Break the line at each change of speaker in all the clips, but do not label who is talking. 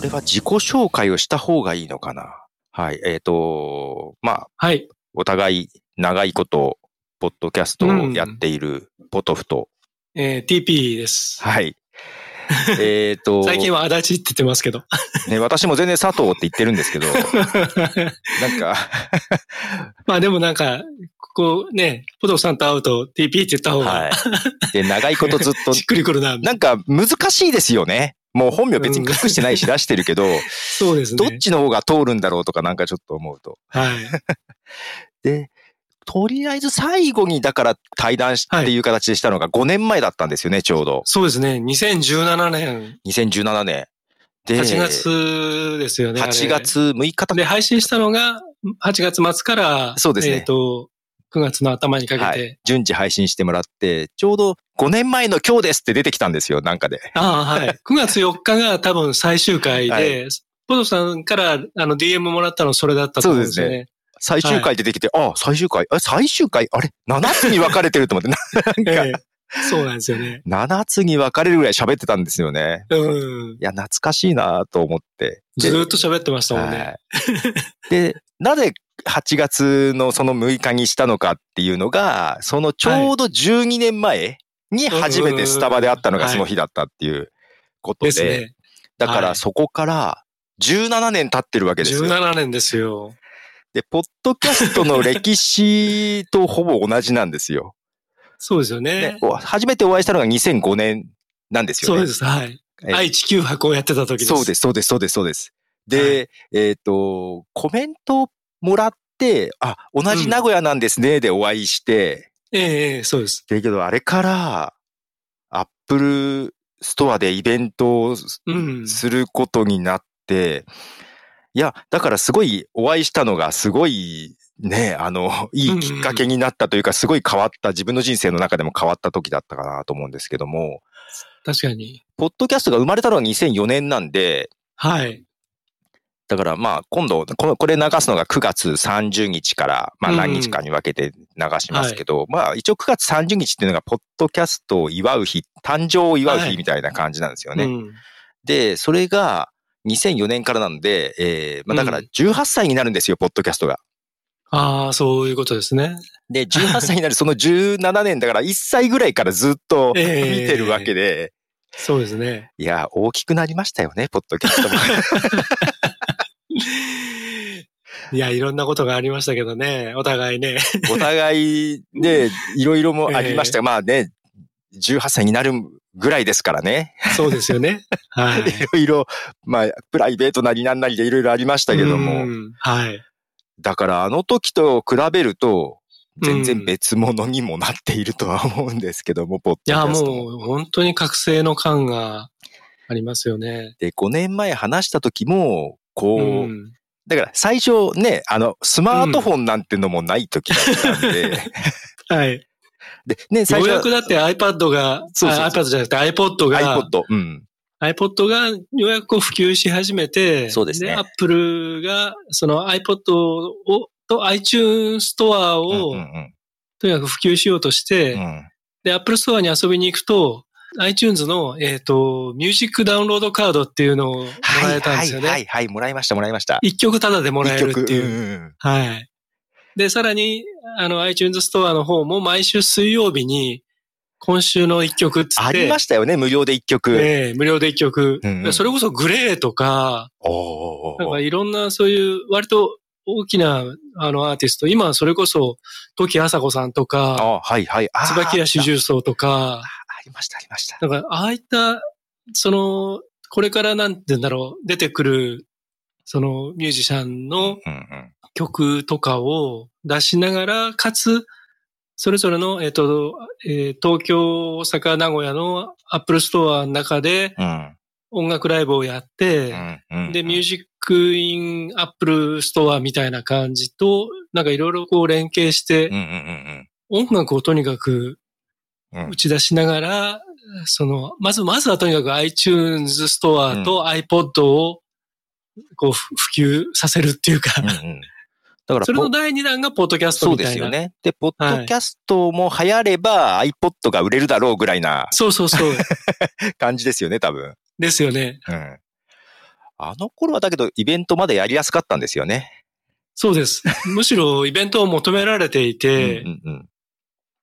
れは自己紹介をした方がいいのかなはい。えっ、と、まあ、
はい。
お互い長いこと、ポッドキャストをやっているポトフと、
えー TP です。
はい。えっと、
最近は足立って言ってますけど。
ね、私も全然佐藤って言ってるんですけど、なんか、
まあでもなんか、ここね、ポトフさんと会うと TP って言った方が
はい。で、長いことずっ と
しっ、くりくるな。
なんか難しいですよね。もう本名別に隠してないし出してるけど、
そうです
ど
ね。
っちの方が通るんだろうとかなんかちょっと思うと。
はい。
で、とりあえず最後にだから対談し
はい
っていう形でしたのが5年前だったんですよね、ちょうど。
そうですね。2017年
2017年。で、
8月ですよね。あれ
8月6日だ
で、配信したのが8月末から、
そうですね
えっ、と、9月の頭にかけて、
はい、順次配信してもらって、ちょうど5年前の今日ですって出てきたんですよ、なんかで。
ああ、はい。9月4日が多分最終回で、
は
ポトフさんからあの DM もらったのそれだったと思うんですよね。
最終回出てきて、ああ、最終回、あ最終回、あれ ?7 つに分かれてると思って、 ななんか、
ええそうなんですよね。
7つに分かれるぐらい喋ってたんですよね。
うん。
いや、懐かしいなと思って。
ず
で
ーっと喋ってましたもん
は
ね。
いで、なぜ8月のその6日にしたのかっていうのが、そのちょうど12年前に初めてスタバで会ったのがその日だったっていうこと
で
で、
すね。
だか
は
ら
い
そこから17年経ってるわけですよ。
17年ですよ。
で、ポッドキャストの歴史とほぼ同じなんです よ。
そうですよね。
ね、お初めてお会いしたのが2005年なんですよ
そ
ね。
うです。はい。
えー
愛知九博をやってた時です。
そうです、そうです、そうです、そうです。で、えっ、と、コメントをもらって、あ、同じ名古屋なんですね、でお会いして、
ええ。ええ、そうです。
だけどあれから、アップルストアでイベントをす
うん
することになって、いや、だからすごいお会いしたのがすごい、ね、あの、いいきっかけになったというか、すごい変わった、自分の人生の中でも変わった時だったかなと思うんですけども、
確かに。
ポッドキャストが生まれたのは2004年なんで、
はい。
だからまあ今度、このこれ流すのが9月30日からまあ
うん
何日かに分けて流しますけど、まあ一応9月30日っていうのがポッドキャストを祝う日、誕生を祝う
は
日
い
みたいな感じなんですよね。
うん。
で、それが2004年からなんで、えーまあだから
うん
18歳になるんですよ、ポッドキャストが。
ああ、そういうことですね。
で、18歳に なるその17年だから1歳ぐらいからずっと見
ええ
てるわけで、
そうですね。
いや、大きくなりましたよね、ポッドキャストも。
いや、いろんなことがありましたけどね。お互いね。
お互い ね、いろいろもありましたが、まあね、18歳になるぐらいですからね。
そうですよね。はい。
いろいろ、まあ、プライベートなりなんなりでいろいろありましたけども、
うん。はい。
だからあの時と比べると、全然別物にもなっているとは思うんですけども、ポッド
い
キ
や、
ャストも。
もう本当に覚醒の感がありますよね。
で、5年前話した時も、こう、
うん、
だから最初ね、あの、スマートフォンなんてのもない時だったんで、
はい。よ
で、ね、最
う
初
やくだって iPad が、
そうそう
あ iPad じゃなくて iPod が、
iPod、うん。
iPod がようやくこう普及し始めて、
そうですね
Apple が、その iPod を、と iTunes ストアを、
うんうん
とにかく普及しようとして、
うんうん
で、Apple ストアに遊びに行くと、iTunes の、えっ、と、ミュージックダウンロードカードっていうのをもらえたんですよね。
はいはい
一、
はいはい、もらいました、もらいました。
曲タダでもらえるっていう。
う。
はい。で、さらに、あの、iTunes ストアの方も毎週水曜日に、今週の一曲っつって、
ありましたよね、無料で一曲。
ええ無料で一曲、
うんうん
でそれこそグレーとか、
おー
なんかいろんなそういう、割と大きな、あの、アーティスト、今それこそ、時あさこさんとか、
あはいはい。あー
椿屋主従層とか、
ありました、ありました。
なんか、ああいった、その、これからなんて言うんだろう、出てくる、その、ミュージシャンの、
うんうん。
曲とかを出しながら、かつ、それぞれの、えっ、と、えー東京、大阪、名古屋のアップルストアの中で
うん
音楽ライブをやって、
うんうん。
で、ミュー
ジ
ジックインアップルストアみたいな感じと、なんかいろいろこう連携して
うん、うん
音楽をとにかく
うんうん。
打ち出しながら、その、まず、まずはとにかく iTunes ストアと iPod をこうふ普及させるっていうか、
うんうんだから、
それの
ポ
第2弾がポッドキャスト
そう
み
で
た
す
い
よ
な。
ね。で、ポッドキャストも流行れば iPod が売れるだろうぐらいな
そうそうそう。
感じですよね、多分。
ですよね。
うん。あの頃はだけど、イベントまでやりやすかったんですよね。
そ うです。むしろイベントを求められていて、
うんうんうん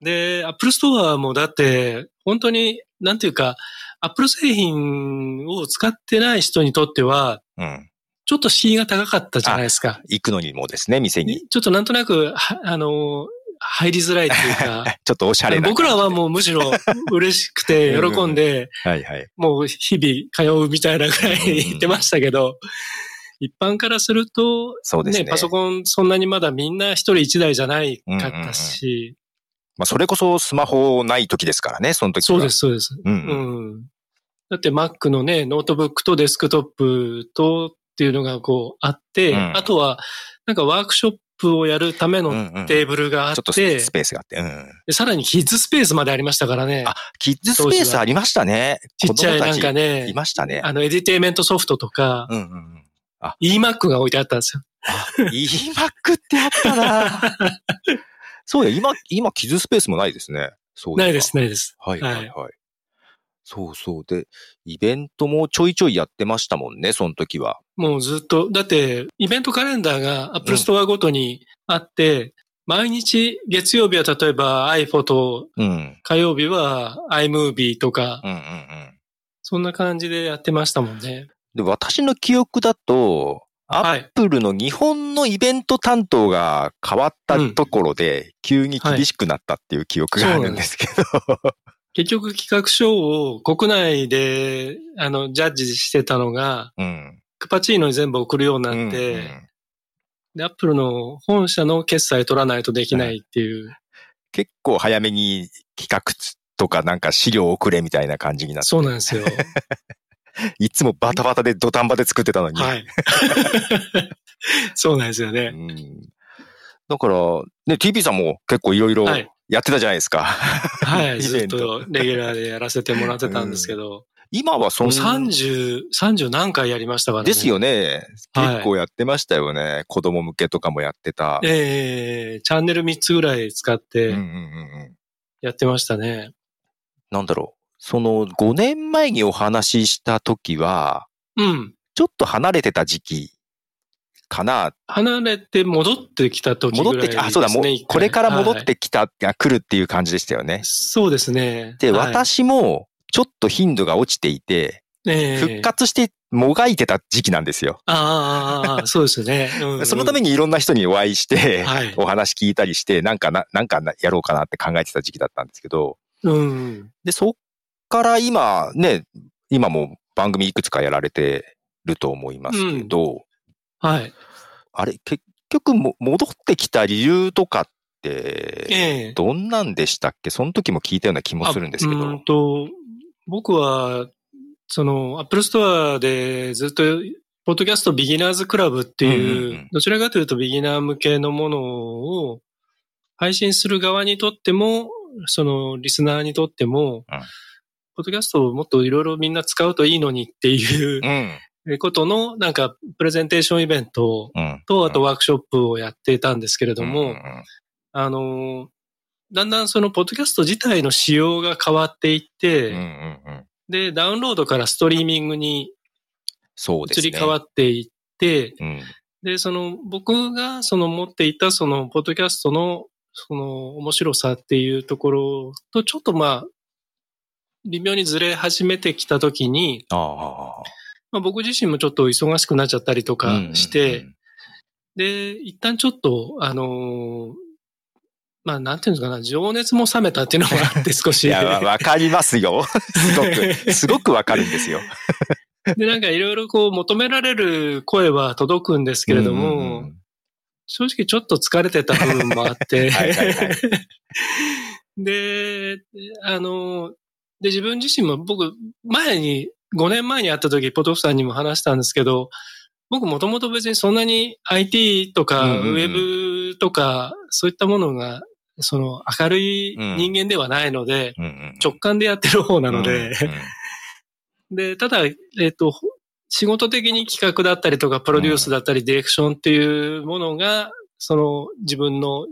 で、Apple Store もだって、本当に、なんていうか、Apple 製品を使ってない人にとっては、
うん。
ちょっと敷居が高かったじゃないですか。
行くのにもですね、店に。
ちょっとなんとなく、はあの、入りづらいっていう か、
ちょっとおしゃれな。
僕らはもうむしろ嬉しくて
うんうん
喜んで、
はいはい。
もう日々通うみたいなぐらい言ってましたけど、一般からすると、
そうですね。
パソコンそんなにまだみんな一人一台じゃないかったし、
まあ、それこそスマホない時ですからね、その時。
そうですす、そうです。
うん
う
うん。
ん。だって Mac のね、ノートブックとデスクトップとっていうのがこうあって、
うん
あとはなんかワークショップをやるため
う
の
んうん
テーブルがあっ
ちょっと
て、
スペースがあって。うん。
でさらにキッズスペースまでありましたからね
あ。、キッズスペースありましたね。
ちっちゃいなんか
ね。
ね
い、ましたね。
あの、エディテイメントソフトとか、
うんうんうん。
EMAC が置いてあったんですよ。
EMAC ってあった なそうや、今、今、キッズスペースもないですね。そう
ないで
ね。
す、ないです。
はい
は
はいいはい。そうそう。で、イベントもちょいちょいやってましたもんね、その時は。
もうずっと、だって、イベントカレンダーが Apple Store ごとにあって、毎日月曜日は例えば iPhoto、
うん。うん
火曜日は iMovie とか、
うんうん。
そんな感じでやってましたもんね。
で、私の記憶だと、ア
はい
ッ。プルの日本のイベント担当が変わったところで、急に厳しくなったっていう記憶があるんですけど。
結局企画書を国内で、あの、ジャッジしてたのが、
うん。
クパチーノに全部送るようになって、
うんうん
で、Apple の本社の決済取らないとできないっていう。
結構早めに企画とかなんか資料をくれみたいな感じになって、
そうなん ですよ。
いつもバタバタで土壇場で作ってたのに。
はい。 そうなんですよ
う
ね。
ん、だから、ね、TP さんも結構いろいろ
はい
やってたじゃないですか。
は い。
イ
ず
ベ
っ
ント
とレギュラーでやらせてもらってたんですけど、
今はそ
も
ん
う
な。
30、30何回やりましたからね。
ですよね。
はい
結構やってましたよね。子供向けとかもやってた。
ええチャンネル3つぐらい使っ
うんうんうん
て
うん。
やってましたね。
なんだろう。その5年前にお話しした時は、
うん。
ちょっと離れてた時期かな。
離れて戻ってきた時ぐらい
戻ってき、あ、そうだ、もう
ですね一回
これから戻っ
はい
てきた、が来るっていう感じでしたよね。
そうですね。
で、
はい、
私もちょっと頻度が落ちていて、
ええ
復活してもがいてた時期なんですよ。
ああああああ、そうですよね。うんう ん
そのためにいろんな人にお会いして、
はい
お話聞いたりして、なんかな、なんかなやろうかなって考えてた時期だったんですけど、
うん。
で、そっから今、ね、今も番組いくつかやられてると思いますけど、
はい。
あれ、結局も戻ってきた理由とかっ
え
て、
え
どんなんでしたっけその時も聞いたような気もするんですけ
あうー
ど
ん。と、僕は、その、Apple Store でずっと、ポッドキャストビギナーズクラブってい
う
う、
んうんうん
どちらかというとビギナー向けのものを配信する側にとっても、その、リスナーにとっても、
うん
ポッドキャストをもっといろいろみんな使うといいのにっていう
うん。
ことの、なんか、プレゼンテーションイベント
うん。
と、あとワークショップをやっていたんですけれども、
うんうんうん
あの、だんだんそのポッドキャスト自体の仕様が変わっていって、
うんうんうん
で、ダウンロードからストリーミングに
そうです
移
ね。
り変わっていって、
うん。
で、その僕がその持っていたそのポッドキャストのその面白さっていうところとちょっとまあ、微妙にずれ始めてきたときに、
ああ。
まあ、僕自身もちょっと忙しくなっちゃったりとかして、で、一旦ちょっと、あのーまあ、なんていうんですかな、情熱も冷めたっていうのもあって少し。
いや、わわかりますよ。 すごく、すごくわかるんですよ。
で、なんかいろいろこう求められる声は届くん ですけれども、
うんうん
正直ちょっと疲れてた部分もあって、
はいはいは
で、あの、で、自分自身も僕、前に、5年前に会った時、ポトフさんにも話したんですけど、僕もともと別にそんなに IT とか、
う
ウ
んうんうん
ェブとか、そういったものが、その明るい人間ではないので、
うんうん
直感でやってる方なの で、
うんうん
で、ただ、えっ、と、ほ仕事的に企画だったりとか、プロデュースだったり、ディレクションっていうものが、その自分の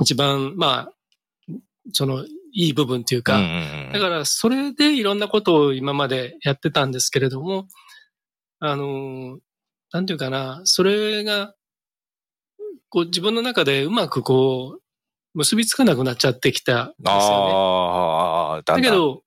一番、まあ、そのいい部分っていうか、
うんうんうん
だからそれでいろんなことを今までやってたんですけれども、あの、なんていうかな、それが、こう自分の中でうまくこう、結びつかなくなっちゃってきたんですよね。
ああ、だ
だ
んだん
け、ど、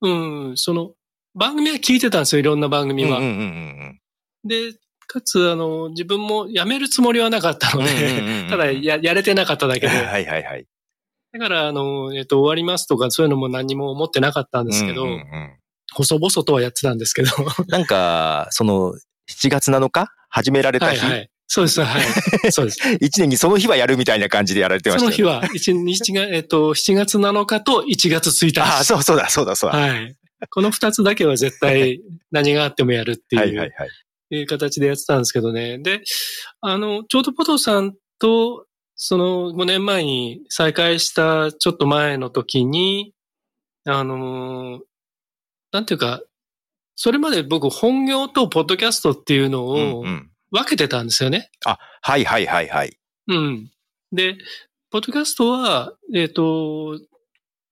うん、その、番組は聞いてたんですよ、いろんな番組
うんうん
は。
うんうん
で、かつ、あの、自分も辞めるつもりはなかった
うん
の
うん
で、
うんうん。
ただや、やれてなかっただけで。
はいはいはい。
だから、あの、えっと、終わりますとか、そういうのも何も思ってなかったんですけど、
うんうんうん
細々とはやってたんですけど。
なんか、その、7月7日始められた
はい
日、
はい。そうで す、はい。そうです。
1年にその日はやるみたいな感じでやられてました
その
よ、
日は、一日が、えっと、7月7日と1月1日。
ああ、そうそうだ、そうだ、そうだ。
はい。この2つだけは絶対何があってもやるっていう。
はいはいはい。
いう形でやってたんですけどね。で、あの、ちょうどポトさんと、その5年前に再会したちょっと前の時に、あのー、なんていうか、それまで僕本業とポッドキャストっていうの
うん
を
うん。
分けてたんですよね。
はいはいはいはい。
うん、で、ポッドキャストは、えっ、と、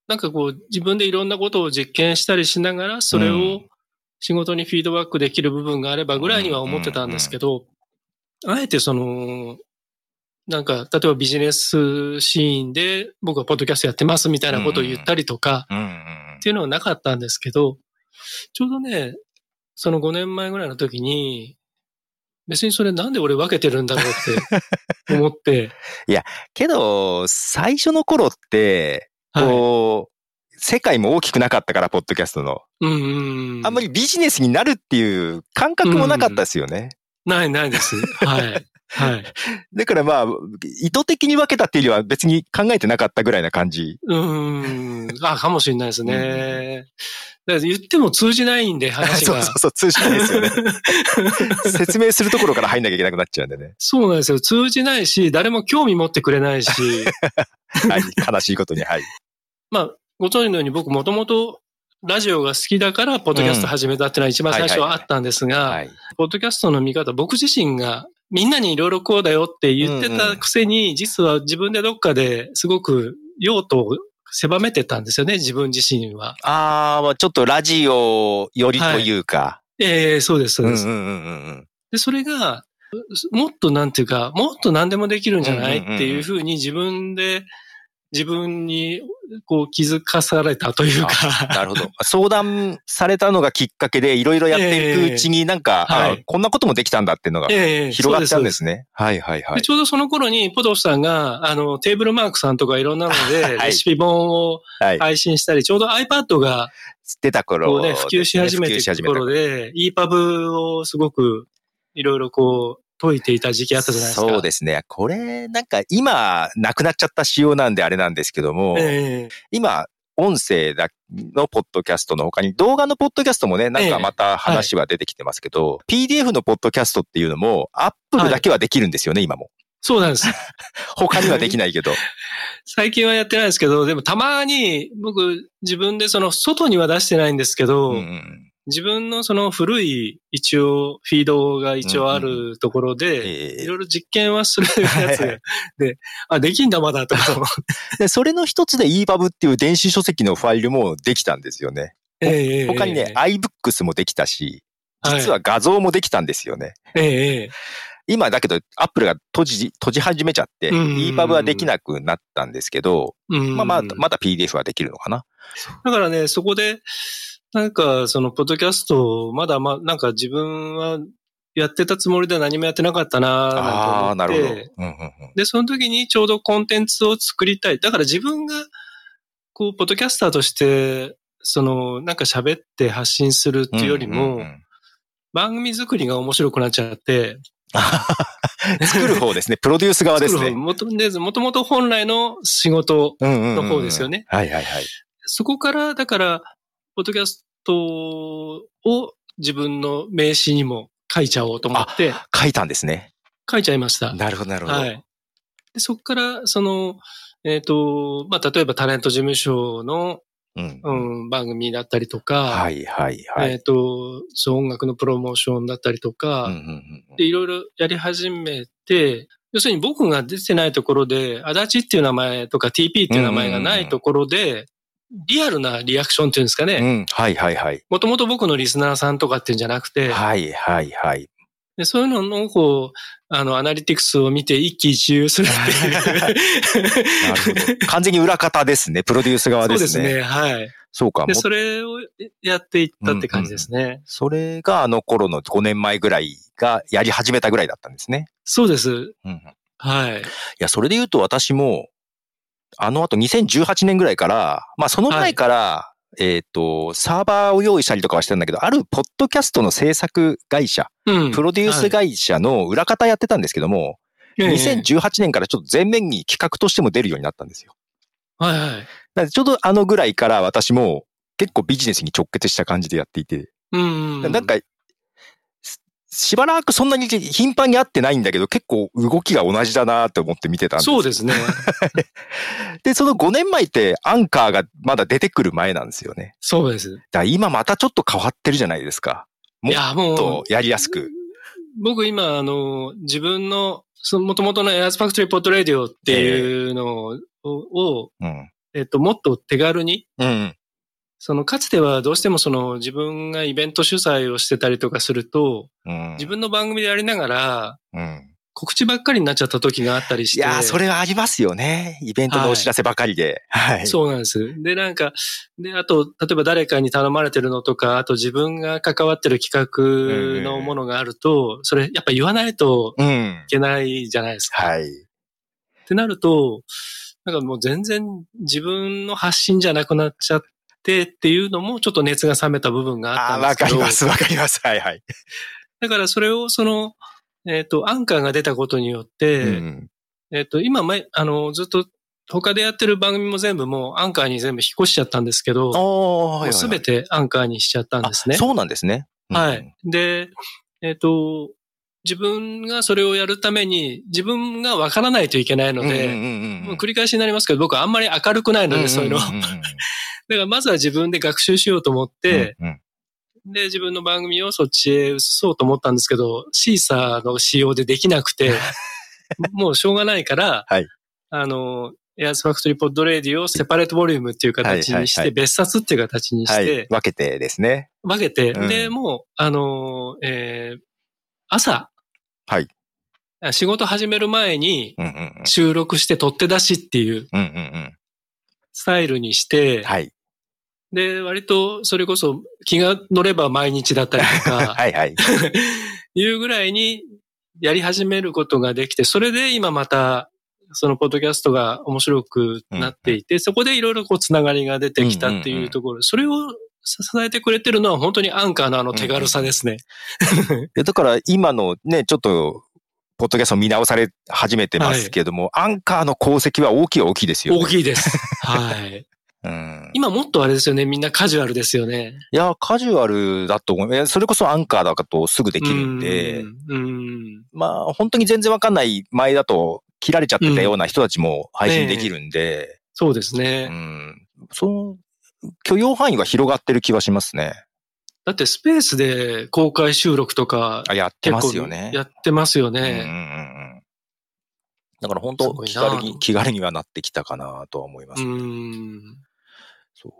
なんかこう自分でいろんなことを実験したりしながら、それを、
うん
仕事にフィードバックできる部分があればぐらいには思ってたんですけど、あえてその、なんか、例えばビジネスシーンで僕はポッドキャストやってますみたいなことを言ったりとか、
うんうんうん
っていうのはなかったんですけど、ちょうどね、その5年前ぐらいの時に、別にそれなんで俺分けてるんだろうって思 って、
けど、最初の頃って、
はい。
こう、世界も大きくなかったから、ポッドキャストの。
うんうんうん。
あんまりビジネスになるっていう感覚もなかったですよね。
ないないです。 はい。はい。
だからまあ、意図的に分けたっていうよりは別に考えてなかったぐらいな感じ。
うーん。あ、かもしれないですね。だから言っても通じないんで、話
そ
が
う。そうそう、通じないですよ ね。説明するところから入んなきゃいけなくなっちゃうんでね。
そうなんですよ。通じないし、誰も興味持ってくれないし、
はい、悲しいことに。はい。
ご存知のように僕もともとラジオが好きだから、ポッドキャスト始めたっていうのは一番最初はあったんです
は
が、
い。
ポッドキャストの見方、僕自身がみんなにいろいろこうだよって言ってたくせに、実は自分でどっかですごく用途を狭めてたんですよね、自分自身は。
あーまあ、ちょっとラジオよりというか。
ええそうです、そう
うん
で
う
す
ん。うんうん
で、それが、もっとなんていうか、もっと何でもできるんじゃない
うん
っ
うんうんうん
ていうふうに自分で、自分にこう気づかされたとい
うん。
う
な
か、
るほど。相談されたのがきっかけで、いろいろやっていくうちになんか、
ええ
あ
はい
こんなこともできたんだっていうのが
ええ
広がったんで
そう
すね。はいはい
そう
は
で
い。
ちょうどその頃に、ポトフさんが、あの、テーブルマークさんとかいろんなので、
はい
レシピ本を
はい。
配信したり、ちょうど iPad が
出た頃
こうね、普及し始めて
普及
る
し始
と
めた頃
ころで、EPUB をすごくいろいろこう、解いていた時期あったじゃないですか。
そうですね。これ、なんか今、なくなっちゃった仕様なんであれなんですけども、
ええ
今、音声だのポッドキャストの他に動画のポッドキャストもね、なんかまた話は出てきてますけど、PDF のポッドキャストっていうのも、アップルだけはできるんですよね、今も。
そうなんです。
他にはできないけど。
最近はやってないですけど、でもたまに僕自分でその外には出してないんですけど、
うんうん
自分のその古い一応フィードが一応あ
うん
るところで、
え
い
え
ろいろ実験はするやつ
はいはい
でで、あ、できんだまだ とか思う。
でそれの一つで EPUB っていう電子書籍のファイルもできたんですよね。
ええ
他にね、、iBooks もできたし、実は画像もできたんですよね。
ええ、ええ
今だけど、アップルが閉じ、閉じ始めちゃって、
うんうんうん
EPUB はできなくなったんですけど、
うん
まあまあ、まだ PDF はできるのかな。
だからね、そこで、なんか、その、ポッドキャストを、まだまあ、なんか自分はやってたつもりで何もやってなかったな
ああー、
ぁ、
な
な
ん
て
るほ
思
ど。
って
うんうんうん
で、その時にちょうどコンテンツを作りたい。だから自分が、こう、ポッドキャスターとして、その、なんか喋って発信するっていうよりも、
うんうんうん
番組作りが面白くなっちゃって、
作る方です ね。プロデュース側です
作る方
ね。
もとでもともと本来の仕事、
うんうんうんうん
の方ですよね
はいはいはい。
そこから、だから、ポッドキャストを自分の名刺にも書いちゃおうと思って、
書いたんですね。
書いちゃいました。
なるほどなるほど。
はい。でそこから、その、えっ、と、まあ、例えばタレント事務所の、
うん
う。ん、番組だったりとか、
はいはいはい。
えっ、と、そう音楽のプロモーションだったりとか、
うんうんうん
で、いろいろやり始めて、要するに僕が出てないところで、足立っていう名前とか TP っていう名前がないところで、リアルなリアクションっていうんですか
う
ね。
ん。はいはいはい。
もともと僕のリスナーさんとかっていうんじゃなくて、
はいはいはい。
でそういうのの、こう、あの、アナリティクスを見て一喜一憂するっていう。
なるほど。完全に裏方ですね。プロデュース側
そ
で
うですす
ね。そう
ね。はい。
かも
で、。それをやっていったって感じですね。
それがあの頃の5年前ぐらいがやり始めたぐらいだったんですね。
そうです。
うんうん。い
はい。
や、それで言うと私も、あの後2018年ぐらいから、まあその前から、えっ、と、サーバーを用意したりとかはしてたんだけど、あるポッドキャストの制作会社、
うん。
プロデュース会社の裏方やってたんですけども、
はい、
2018年からちょっと全面に企画としても出るようになったんですよ。
はいはい。
だからちょうどあのぐらいから私も結構ビジネスに直結した感じでやっていて、
うんうん。
なんか、ししばらくそんなに頻繁に会ってないんだけど、結構動きが同じだなと思って見てたんです。
そうですね。
で、その5年前ってアンカーがまだ出てくる前なんですよね。
そうです。
だから今またちょっと変わってるじゃないですか。 も
い
っ
や、もう。
とやりやすく。
僕今、あの、自分の、その元々のエアーズファクトリーポットレディオっていうのを、を
うん。
えっと、もっと手軽に、
うん。
その、かつてはどうしてもその、自分がイベント主催をしてたりとかすると、
うん。
自分の番組でやりながら、
うん。
告知ばっかりになっちゃった時があったり
い
して。
やー、それはありますよね。イベントのお知らせばかりで。はい。
そうなんです。で、なんか、で、あと、例えば誰かに頼まれてるのとか、あと自分が関わってる企画のものがあると、それやっぱ言わないと
う。うん
い。けないじゃないですか。
はい。
ってなると、なんかもう全然自分の発信じゃなくなっちゃってっていうのもちょっと熱が冷めた部分があ
あ
っ
ー、
たん
わか
ですけど。
ります、わかります。はいはい。
だからそれをその、えっ、と、アンカーが出たことによって、
うん。
えっ、と、今前、あの、ずっと他でやってる番組も全部もうアンカーに全部引っ越しちゃったんですけど、
お
もうすべ
て
てアンカーにしちゃったんですね。
そうなんですね。うん
はい。。で、えっ、と、自分がそれをやるために、自分がわからないといけないので、
うんうんうんうん
もう繰り返しになりますけど、僕はあんまり明るくないので、そういうの。 だからまずは自分で学習しようと思って、
うんうん
で、自分の番組をそっちへ移そうと思ったんですけど、シーサーの仕様でできなく て、もうしょうがないから、
はい
あの、エアーズファクトリーポッドレディをセパレートボリュームっていう形にして、
はいはいはい
別冊っていう形にして、
はい。分けてですね。
分けて、
うん
で、もう、あのー、えー朝、
はい
あ仕事始める前に
うんうんうん
収録して取って出しっていう
うんうん
スタイルにし
う
て、
ん。はい。
で、割とそれこそ気が乗れば毎日だったりと か、
はいはい。
いうぐらいにやり始めることができて、それで今また、そのポッドキャストが面白くなっていて、そこでいろいろこうつながりが出てきたっていうところ、それを支えてくれてるのは本当にアンカーのあの手軽さですね。
でだから今のね、ちょっと、ポッドキャスト見直され始めてますけども、アンカーの功績は大きいは大きいですよね。
大きい です。はい。
うん。
今もっとあれですよね。みんなカジュアルですよね。
いや、カジュアルだと思う。いやそれこそアンカーだとすぐできるんで、
うん。うん。
まあ、本当に全然わかんない前だと、切られちゃってたような人たちも配信できるんで、
そうです
う
ね。
ん。その、許容範囲は広がってる気はしますね。
だってスペースで公開収録とか
あ、やって
結
ます
構
よね。
やってますよ
うんうん
ね。
うんうんだから本
す
当
ごい
気
な
軽に、気軽にはなってきたかなとは思いま
う
す。
ん。
そう。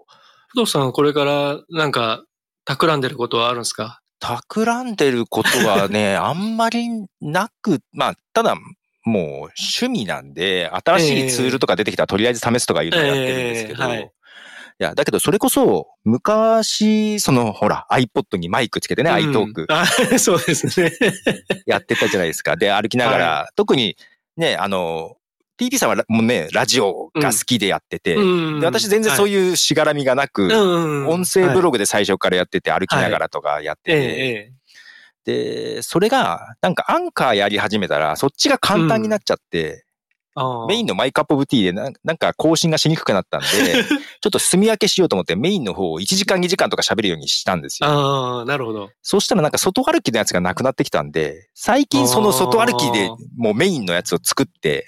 不動さんはこれからなんか企んでることはあるんですか
企んでることはね、 あんまりなく、まあ、ただ、もう趣味なんで、新しいツールとか出てきたらとりあえず試すとかいうのをやってるんですけど、
ええはい
い、や、だけどそれこそ、昔、その、ほら、iPod にマイクつけてね、
うん
iTalk
あ そうですね。
やってたじゃないですか。で、歩きながら、特にね、あの、TP さんはラもうね、ラジオが好きでやってて、
うん
で私全然そう
い
いうしがらみがなく、
うんうん。
音声ブ
ロ
ログで最初からやってて、歩きながらとかやって
え
て、
えええ。
で、それが、なんかアンカーやり始めたら、そっちが簡単になっちゃって、
ああ
メインのマイカップオブティーでななんか更新がしにくくなったんで、 ちょっと住み分けしようと思ってメインの方を1時間2時間とか喋るようにしたんですよ。
ああ、なるほど。
そうしたらなんか外歩きのやつがなくなってきたんで、最近その外歩きで
あー
もうメインのやつを作って、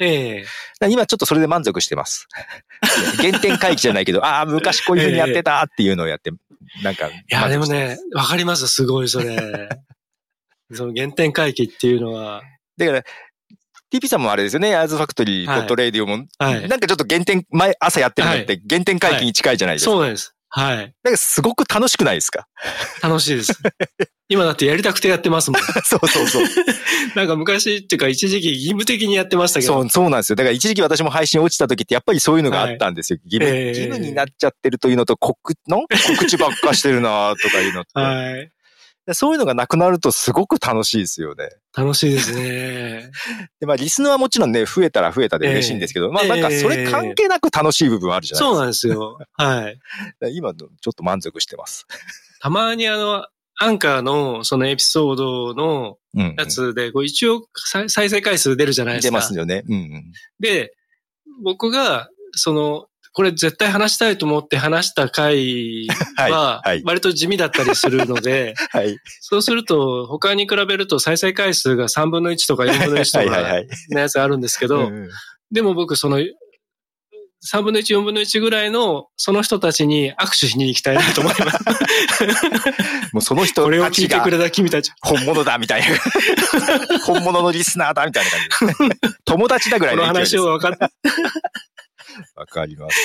ええ。
今ちょっとそれで満足してます。 原点回帰じゃないけど、ああ、昔こういう風にやってたっていうのをやって、なんか。
いや、でもね、わかりま す、すごい、それ。その原点回帰っていうのは。
だから、 TP さんもあれですよね、アーズファクトリー、
はい
ポットレーディオも、
はい
なんかちょっと原点、前、朝やってるのって原点回帰に近いじゃないですか。
そうなんです。はい。
なんかすごく楽しくないですか
楽しいです。今だってやりたくてやっ てますもん。
そうそうそう。
なんか昔っていうか一時期義務的にやってましたけど。
そう、そうなんですよ。だから一時期私も配信落ちた時ってやっぱりそういうのがあったんですよ。義務、
ええ
義務になっちゃってるというのと、告、 なんか告知ばっかしてるなとかいうのって、
はい。
でそういうのがなくなるとすごく楽しいですよね。
楽しいですね。
で、まあリスナーはもちろんね、増えたら増えたで嬉しいんですけど、まあなんかそれ関係なく楽しい部分あるじゃない
そ
で
うなんですよ。はい。
すか。今のちょっと満足してます。
たまにあの、アンカーのそのエピソードの
うん。
やつで、こう一応再再生回数出るじゃないで
出
すか
ま。すよね。うん
で、僕が、その、これ絶対話したいと思って話した回
は
は
いはい、
割と地味だったりするので、
うん。はい。
そうすると、他に比べると再生回数が3分の1とか4分の1
は
と
いはいは
か
い。
のやつあるんですけど、
うんうん
でも僕その、3分の1、4分の1ぐらいの、その人たちに握手しに 行きたいなと思います。
もうその人
これを
た
聞
ち
いて
が
くれた君たち。
本物だみたいな。 本物のリスナーだみたいな感 じです。友達だぐら
こ
いの
の
勢いです
話を分かって、
わかります。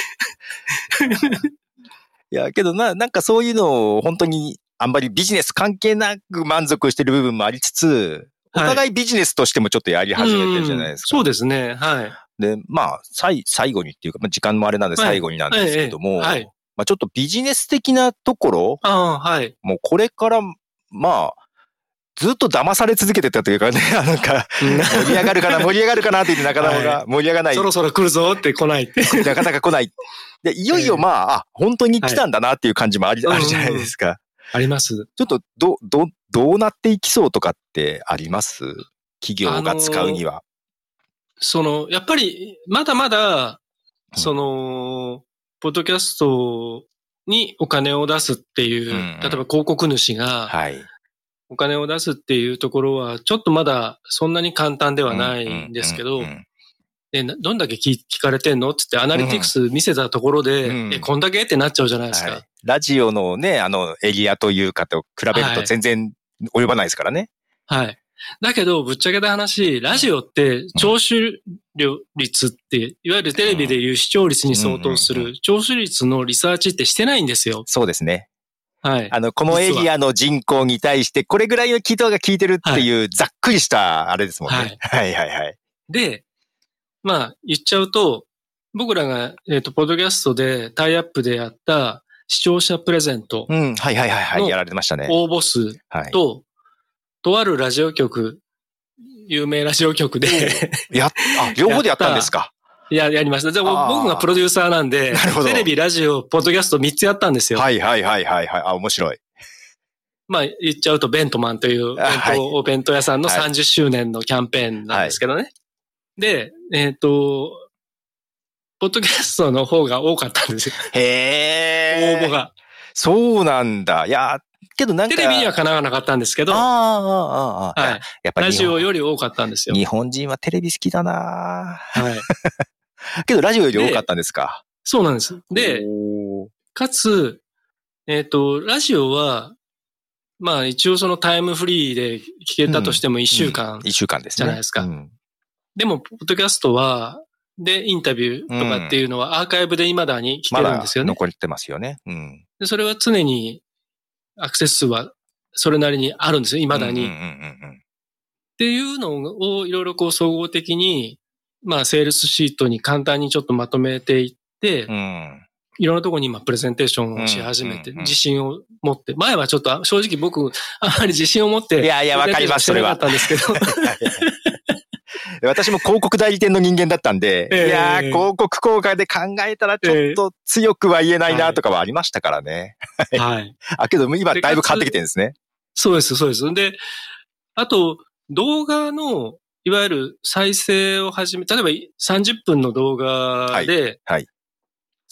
いや、けどな、なんかそういうのを本当にあんまりビジネス関係なく満足してる部分もありつつ、お
はい
互いビジネスとしてもちょっとやり始めてるじゃないですか。
うんそうですね。はい。
で、まあ、最、最後にっていうか、まあ、時間もあれなんで
はい
最後になんですけども、
ええはい。
まあちょっとビジネス的なところ、
ああ、はい。
もうこれから、まあ、ずっと騙され続けてたというかね、 なんか、盛り上がるか な、盛り上がるかなって言ってなかな
は
か盛り上がらない
そろそろ来るぞって来ないって。
なかなか来ない。で、いよいよまあ、あ、本当に来たんだなっていう感じもあり、
はい
あるじゃないですか。
あります。
ちょっと、ど、ど、どうなっていきそうとかってあります企業が使うには。
その、やっぱり、まだまだ、
うん
その、ポッドキャストにお金を出すっていう、
うんうん
例えば広告主が
はい。
お金を出すっていうところは、ちょっとまだそんなに簡単ではないんですけ
う
ど
んう、ん
でなどんだけ聞聞かれてんのっつってアナリティクス見せたところで、
うん
え、こんだけってなっちゃうじゃないですか。
はいラジオのね、あの、エリアというかと比べる
は
と
い
全然及ばないですからね。
はい。だけど、ぶっちゃけた話、ラジオって聴取量率って、いわゆるテレビでいう視聴率に相当す
うんうん
る聴取率のリサーチってしてないんですよ。
そうですね。
はい。
あの、このエリアの人口に対して、これぐらいの人が聞いてるっていう、ざっくりした、あれですもんね。はいはいはい。
で、まあ、言っちゃうと、僕らが、えっ、と、ポッドキャストでタイアップでやった視聴者プレゼント、
うん、はいはいはいは
の
い。やられてましたね。
応募数
はい。
と、とあるラジオ局、有名ラジオ局で
やっ、あ、両方でやったんですか。
や、やりました。で
あー
僕がプロデューサーなんで
なるほ、ど
テレビ、ラジオ、ポッドキャスト3つやったんですよ。
はいはいはいはいはい。あ、面白い。
まあ、言っちゃうと、ベントマンという、
あはい
弁当お弁当屋さんの
はい
30周年のキャンペーンなんですけどね。で、えっ、と、ポッドキャストの方が多かったんですよ。応
へー
募。が。
そうなんだ。いや、けどなんか。
テレビにはかなわなかったんですけど、は
ああ、ああ、ああ。
い。
やっぱり
ラ
日
ジオ
本
より多かったんですよ。
日本人はテレビ好きだな
はい。
けどラジオより多かったんですか。
そうな んです。で、
おー
かつ、えっ、と、ラジオは、まあ一応そのタイムフリーで聞けたとしても1週間。
一週間ですね。
じゃないですか
うん
でも、ポッドキャストは、で、インタビューとかっていうのはアーカイブで未だに聞
ま
けるん
だ
ですよね。
残ってますよね。うん。
で、それは常にアクセス数はそれなりにあるんですよ、未だに。
うんう
っ
んうん
ていうのをいろいろこう総合的に、まあセールスシートに簡単にちょっとまとめていって、
うん。うん。
いろんなところに今プレゼンテーションをし始めて、
うんうんうん
自信を持って、前はちょっとあ正直僕、あまり自信を持って、
いやいや、わかります、それは。
プレゼンテーションしてなかったんですけど、
私も広告代理店の人間だったんで、
ええ
いやー、広告効果で考えたらちょっと強くは言えないなとかはありましたからね。
はい。
あ、けどもう今だいぶ変わってきてるんですね。
そうです、そうです。で、あと、動画の、いわゆる再生を始め、例えば30分の動画で、
はいはい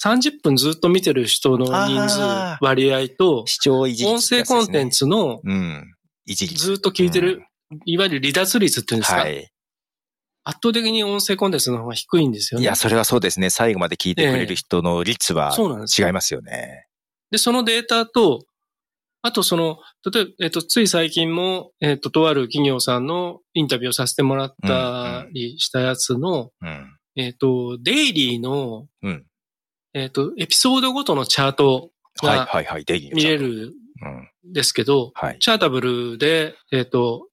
30分ずっと見てる人の人
あ
数、割合と、
視聴維持率ってやつ
音声
ですね
コンテン。ツの
うん。維持率。
ずっと聞いてる、いわゆる離脱率っていうんですか、
はい。
圧倒的に音声コンテンツの方が低いんですよ
い
ね
や、。それはそうですね。最後まで聞いてくれる人の率は
そうなんです。
違いますよね。
で、そのデータと、あとその、例えば、えっと、つい最近も、えっと、とある企業さんのインタビューをさせてもらったりしたやつの、
うん。
えっと、デイリーの、
うん。
えっと、エピソードごとのチャート
はい
が
はいはい。デイリーの
見
チャ
れ
ート。う
る
ん。
んですけど、
はい。
チャータブルで、えっと、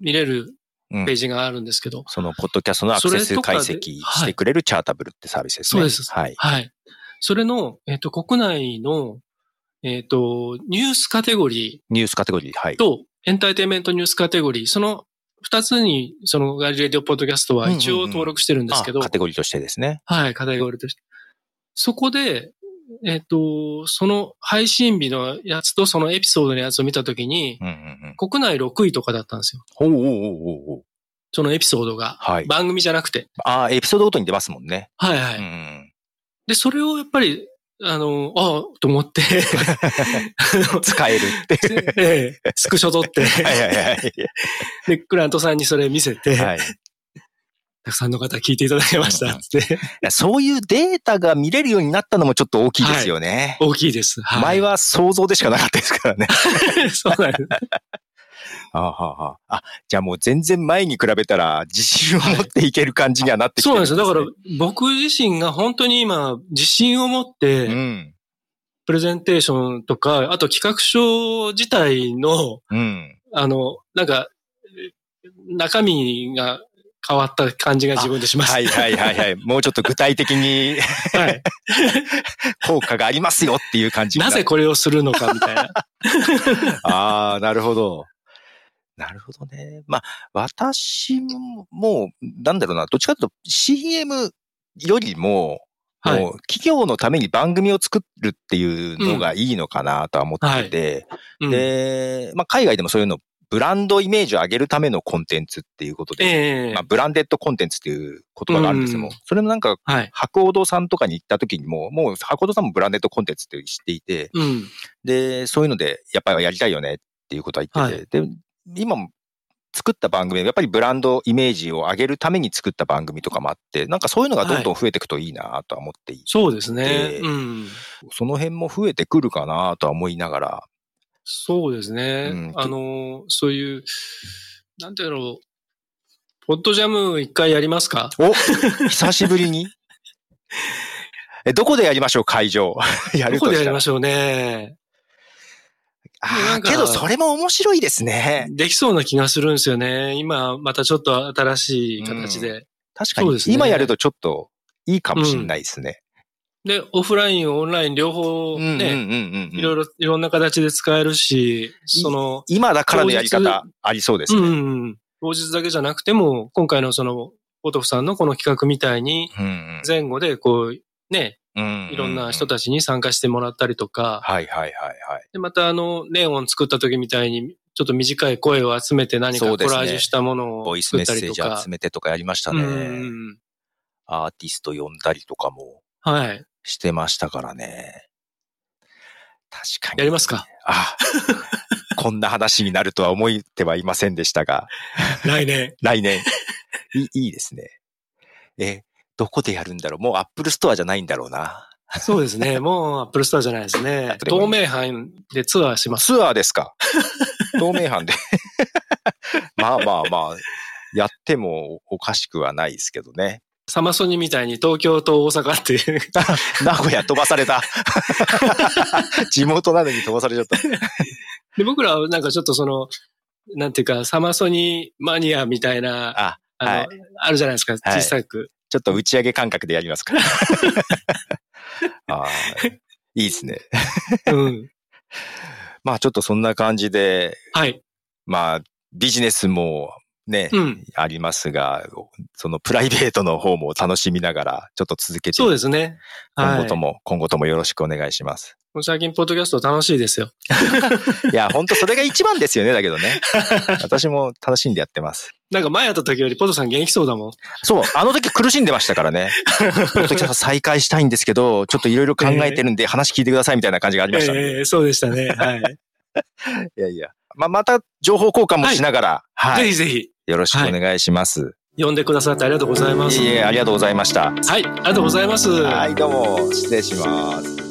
見れる
うん
ページがあるんですけど、
そのポッドキャストのアクセス解析してくれるチャータブルってサービスですね。
はいそうです
はい。
はい。それの、えっと、国内の、えっと、ニュースカテゴリー、
ニュースカテゴリー。はい。
と、エンターテインメントニュースカテゴリー、その二つに、そのガジレディオポッドキャストは一
うんうん
応
うん
登録してるんですけど、
あカテゴリーとしてですね。
はい、カテゴリーとして。そこで、えっ、と、その配信日のやつとそのエピソードのやつを見たときに、
うんうん
国内6位とかだったんですよ。
うん。おうおうおうおうおう
そのエピソードが。
はい。
番組じゃなくて。
ああ、エピソードごとに出ますもんね。
はいは
う
い。
んうん。
で、それをやっぱり、あの、ああ、と 思って、 あの
使える って。
ええスクショ撮って、
はいはいはい。
で、クラントさんにそれ見せて、
はい、い
たくさんの方聞いていただきました。つって、
やそういうデータが見れるようになったのもちょっと大きいですよね。
大きいです。はい
前は想像でしかなかったですからね。
そうなんです。
あははあ、じゃあもう全然前に比べたら自信を持っていける感じにはなってきて
そ
る
うなんですよ。だから
ね、
僕自身が本当に今、自信を持って、
うん。
プレゼンテーションとか、あと企画書自体の、
うん。
あの、なんか、え中身が変わった感じが自分でします。
はいはいはい はい。もうちょっと具体的に
はい。
効果がありますよっていう感じに
なぜこれをするのかみ たいな。
ああ、なるほど。なるほどね。まあ、私も、もう、なんだろうな、どっちかというと CM よりも、
はい
もう企業のために番組を作るっていうのがいいのかなとは思ってて、
うん
で、まあ、海外でもそういうの、ブランドイメージを上げるためのコンテンツっていうことで、
ええ
まあ、ブランデッドコンテンツっていう言葉があるんですけども、
うん
それのなんか、
はい。
白堂さんとかに行った時にも、もう白堂さんもブランデッドコンテンツって知っていて、
うん。
で、そういうので、やっぱりやりたいよねっていうことは言ってて、で、今も作った番組で、やっぱりブランドイメージを上げるために作った番組とかもあって、なんかそういうのがどんどん増えていくといいなとは思っていて、
そうですね
で。
うん。
その辺も増えてくるかなとは思いながら、
そうですね。
うん
あの、そういう、なんていうの、ポッドジャム一回やりますか
お久しぶりにえ、どこでやりましょう会 場。や
ど
ると
こで
した
やり
ら
ま。しょうね。
あ
な
あ、
んか
けどそれも面白いですね。
できそうな気がするんですよね。今、またちょっと新しい形で。
確か
そう
に
です、ね
今やるとちょっといいかもしれないですね。
で、オフライン、オンライン両方
うんうんうん
ね、
うんうん
いろいろ、いろんな形で使えるし、その、
今だからのやり方ありそうです
う
ね。
んうんうん。当日だけじゃなくても、今回のその、ポトフさんのこの企画みたいに、
うん
前後でこう、ね、
うん
いろんな人
ち。
たちに参加してもらったりとか、
はいはいはいはい。
で、またあの、ネオン作った時みたいに、ちょっと短い声を集めて何か
そ
コ
うですね
ラージュしたもの
ボ
を
イス
作
メ
っ
ッ
た
セ
り
ー
と
ジ
か。
集めてとかやりました
うんうん
ね。
うん。
アーティスト呼んだりとかも
はい。
してましたからね。確かに。
やります か
あ、こんな話になるとは思ってはいませんでしたが、
来年。
来 年。いいいですね。え、どこでやるんだろうもうアップルストアじゃないんだろうな。
そうですね。もうアップルスターじゃないですね。透明版でツアーします。
ツアーですか 透明版で。 まあまあまあ、やってもおかしくはないですけどね。
サマソニみたいに東京と大阪っ ていう。
名古屋飛ばされ た。地元なのに飛ばされちゃった。
で、僕らはなんかちょっとその、なんていうか、サマソニマニアみたいな、
あ、
あの、
はい
あるじゃないですか、
はい
小さく。
ちょっと打ち上げ感覚でやりますから。 あーいいですね。
うん。
まあちょっとそんな感じで、
はい。
まあビジネスもね、
うん。
ありますが、そのプライベートの方も楽しみながら、ちょっと続けて、
そうですね。
今
は
後と
い。
も、今後ともよろしくお願いします。
最近、ポッドキャスト楽しいですよ。
いや、本当それが一番ですよね、だけど ね。私も楽しんでやってます。
なんか前やった時よりポトさん元気そうだもん。
そう、あの時苦しんでましたからね。ポッドキャスト再開したいんですけど、ちょっといろいろ考えてるんで、話聞いてくださいみたいな感じがありましたね、
ええそうでしたね。はい。
いやいや。まあ、また情報交換もしながら、 はい。
ぜひぜひ、
よろしくお願いします。
呼んでくださってありがとうございま
い、
す。
いえ、ありがとうございました。
はい、ありがとうございます。
はい、どうも、失礼します。